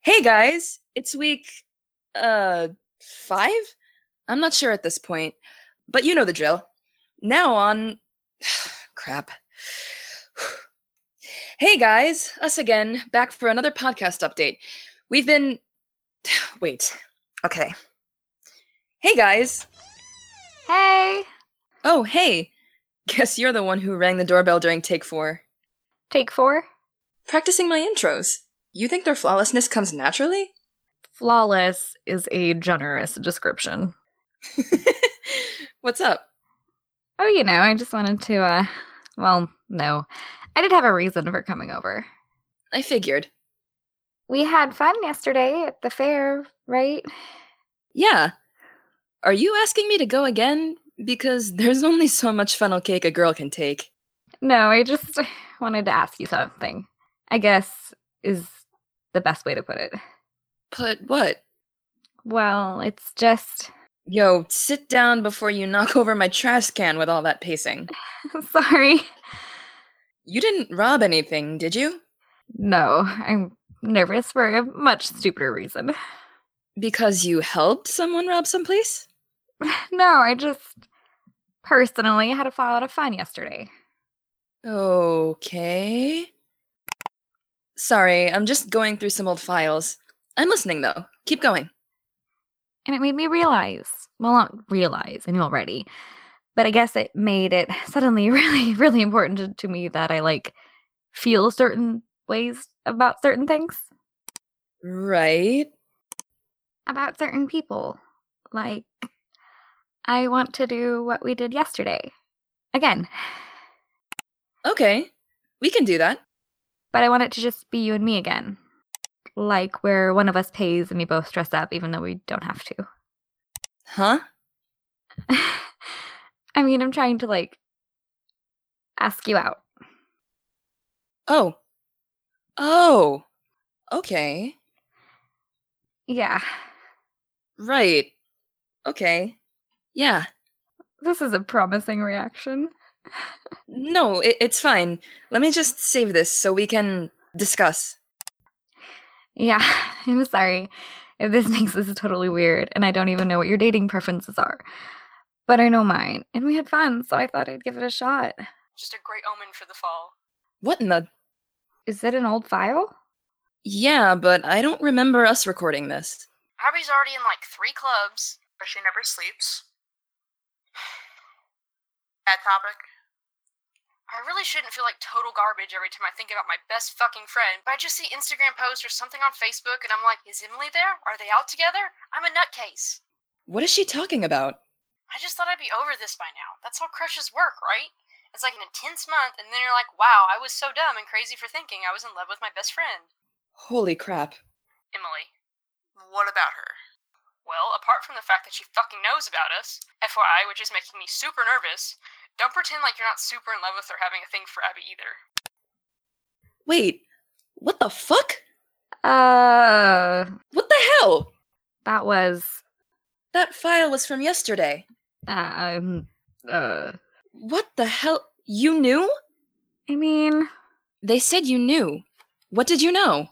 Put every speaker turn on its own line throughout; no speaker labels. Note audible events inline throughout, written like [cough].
Hey guys, it's week uh 5? I'm not sure at this point, but you know the drill. Now on [sighs] crap. [sighs] hey guys, us again, back for another podcast update. We've been [sighs] wait. Okay. Hey guys.
Hey,
Oh, hey. [laughs] Guess you're the one who rang the doorbell during take 4.
take four.
Practicing my intros. You think their flawlessness comes naturally? [laughs]
Flawless is a generous description.
What's up?
Oh, you know, I just wanted to, uh, well, no. I did have a reason for coming over.
I figured.
We had fun yesterday at the fair, right?
Yeah. Are you asking me to go again? Because [laughs] there's only so much funnel cake a girl can take.
No, I just [laughs] wanted to ask you something. I guess is the best way to put it.
But what?
Well, it's just [laughs]
Yo, sit down before you knock [laughs] over my trash can with all that pacing.
sorry.
You didn't rob anything, did you?
No, I'm nervous for a much stupider reason.
Because you helped someone rob someplace?
No, I just personally had a fall out of fun yesterday.
Okay. Sorry, I'm just going through some old files. I'm listening though. Keep going.
And it made me realize well, not realize, I knew already, but I guess it made it [laughs] suddenly really, really important to, to me that I like feel certain ways about certain things,
Right.
about certain people. Like, I want to do what we did yesterday again,
Okay. We can do that.
but I want it to just be you and me again. Like, where one of us pays and we both dress up, even though we don't have to. [laughs]
Huh?
I mean, I'm trying to like ask you out.
Oh. Oh. Okay.
Yeah.
Right. Okay. Yeah.
This is a promising reaction.
No, it, it's fine. Let me just save this so we can discuss.
Yeah, [laughs] I'm sorry if this [laughs] makes this totally weird and I don't even know what your dating preferences are. But I know mine, and we had fun, so I thought I'd give it a shot.
Just a great omen for the fall.
What in the?
Is it an old file?
Yeah, but I don't remember us recording this.
Abby's already in like three clubs, but she never sleeps. [sighs] Bad topic. I really shouldn't feel like total garbage every time I think about my best fucking friend, but I just see Instagram posts or something on Facebook and I'm like, is Emily there? Are they out together? I'm a nutcase.
What is she talking about?
I just thought I'd be over this by now. That's how crushes work, right? It's like an intense month, and then you're like, wow, I was so dumb and crazy for thinking I was in love with my best friend.
Holy crap.
Emily, what about her? Well, apart from the fact that she fucking knows about us, FYI, which is making me super nervous, don't pretend like you're not super in love with her having a thing for Abby either.
Wait. What the fuck?
Uh,
What the hell?
that was,
That file was from yesterday.
um, uh,
What the hell? You knew?
I mean,
They said you knew. What did you know?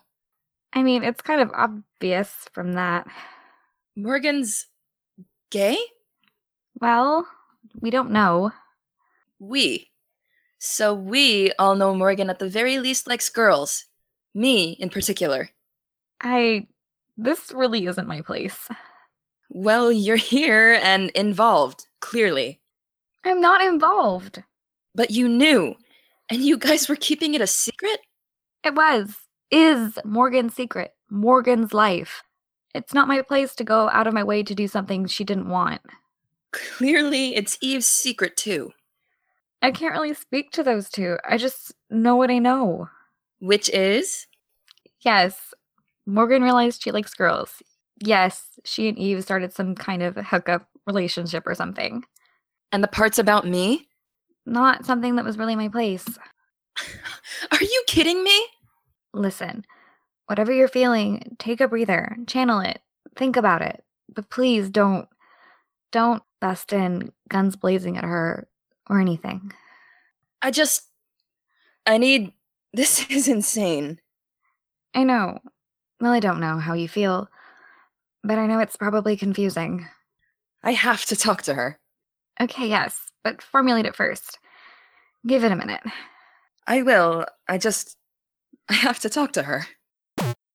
I mean, it's kind of obvious from that.
Morgan's gay?
Well, we don't know.
We. So we all know Morgan at the very least likes girls. Me in particular.
I, this really isn't my place.
Well, you're here and involved, clearly.
I'm not involved.
But you knew. And you guys were keeping it a secret?
It was, is Morgan's secret, Morgan's life. It's not my place to go out of my way to do something she didn't want.
Clearly, it's Eve's secret, too,
I can't really speak to those two. I just know what I know.
which is
Yes, Morgan realized she likes girls. Yes, she and Eve started some kind of hookup relationship or something.
and the parts about me?
Not something that was really my place.
Are you kidding me?
Listen, whatever you're feeling, take a breather, channel it, think about it. But please don't, don't bust in guns blazing at her or anything.
I [laughs] just. I need. This is insane.
I know. Well, I don't know how you feel, but I know it's probably confusing.
I have to talk to her.
Okay, yes, but formulate it first. Give it a minute.
I will. I just. I have to talk to her.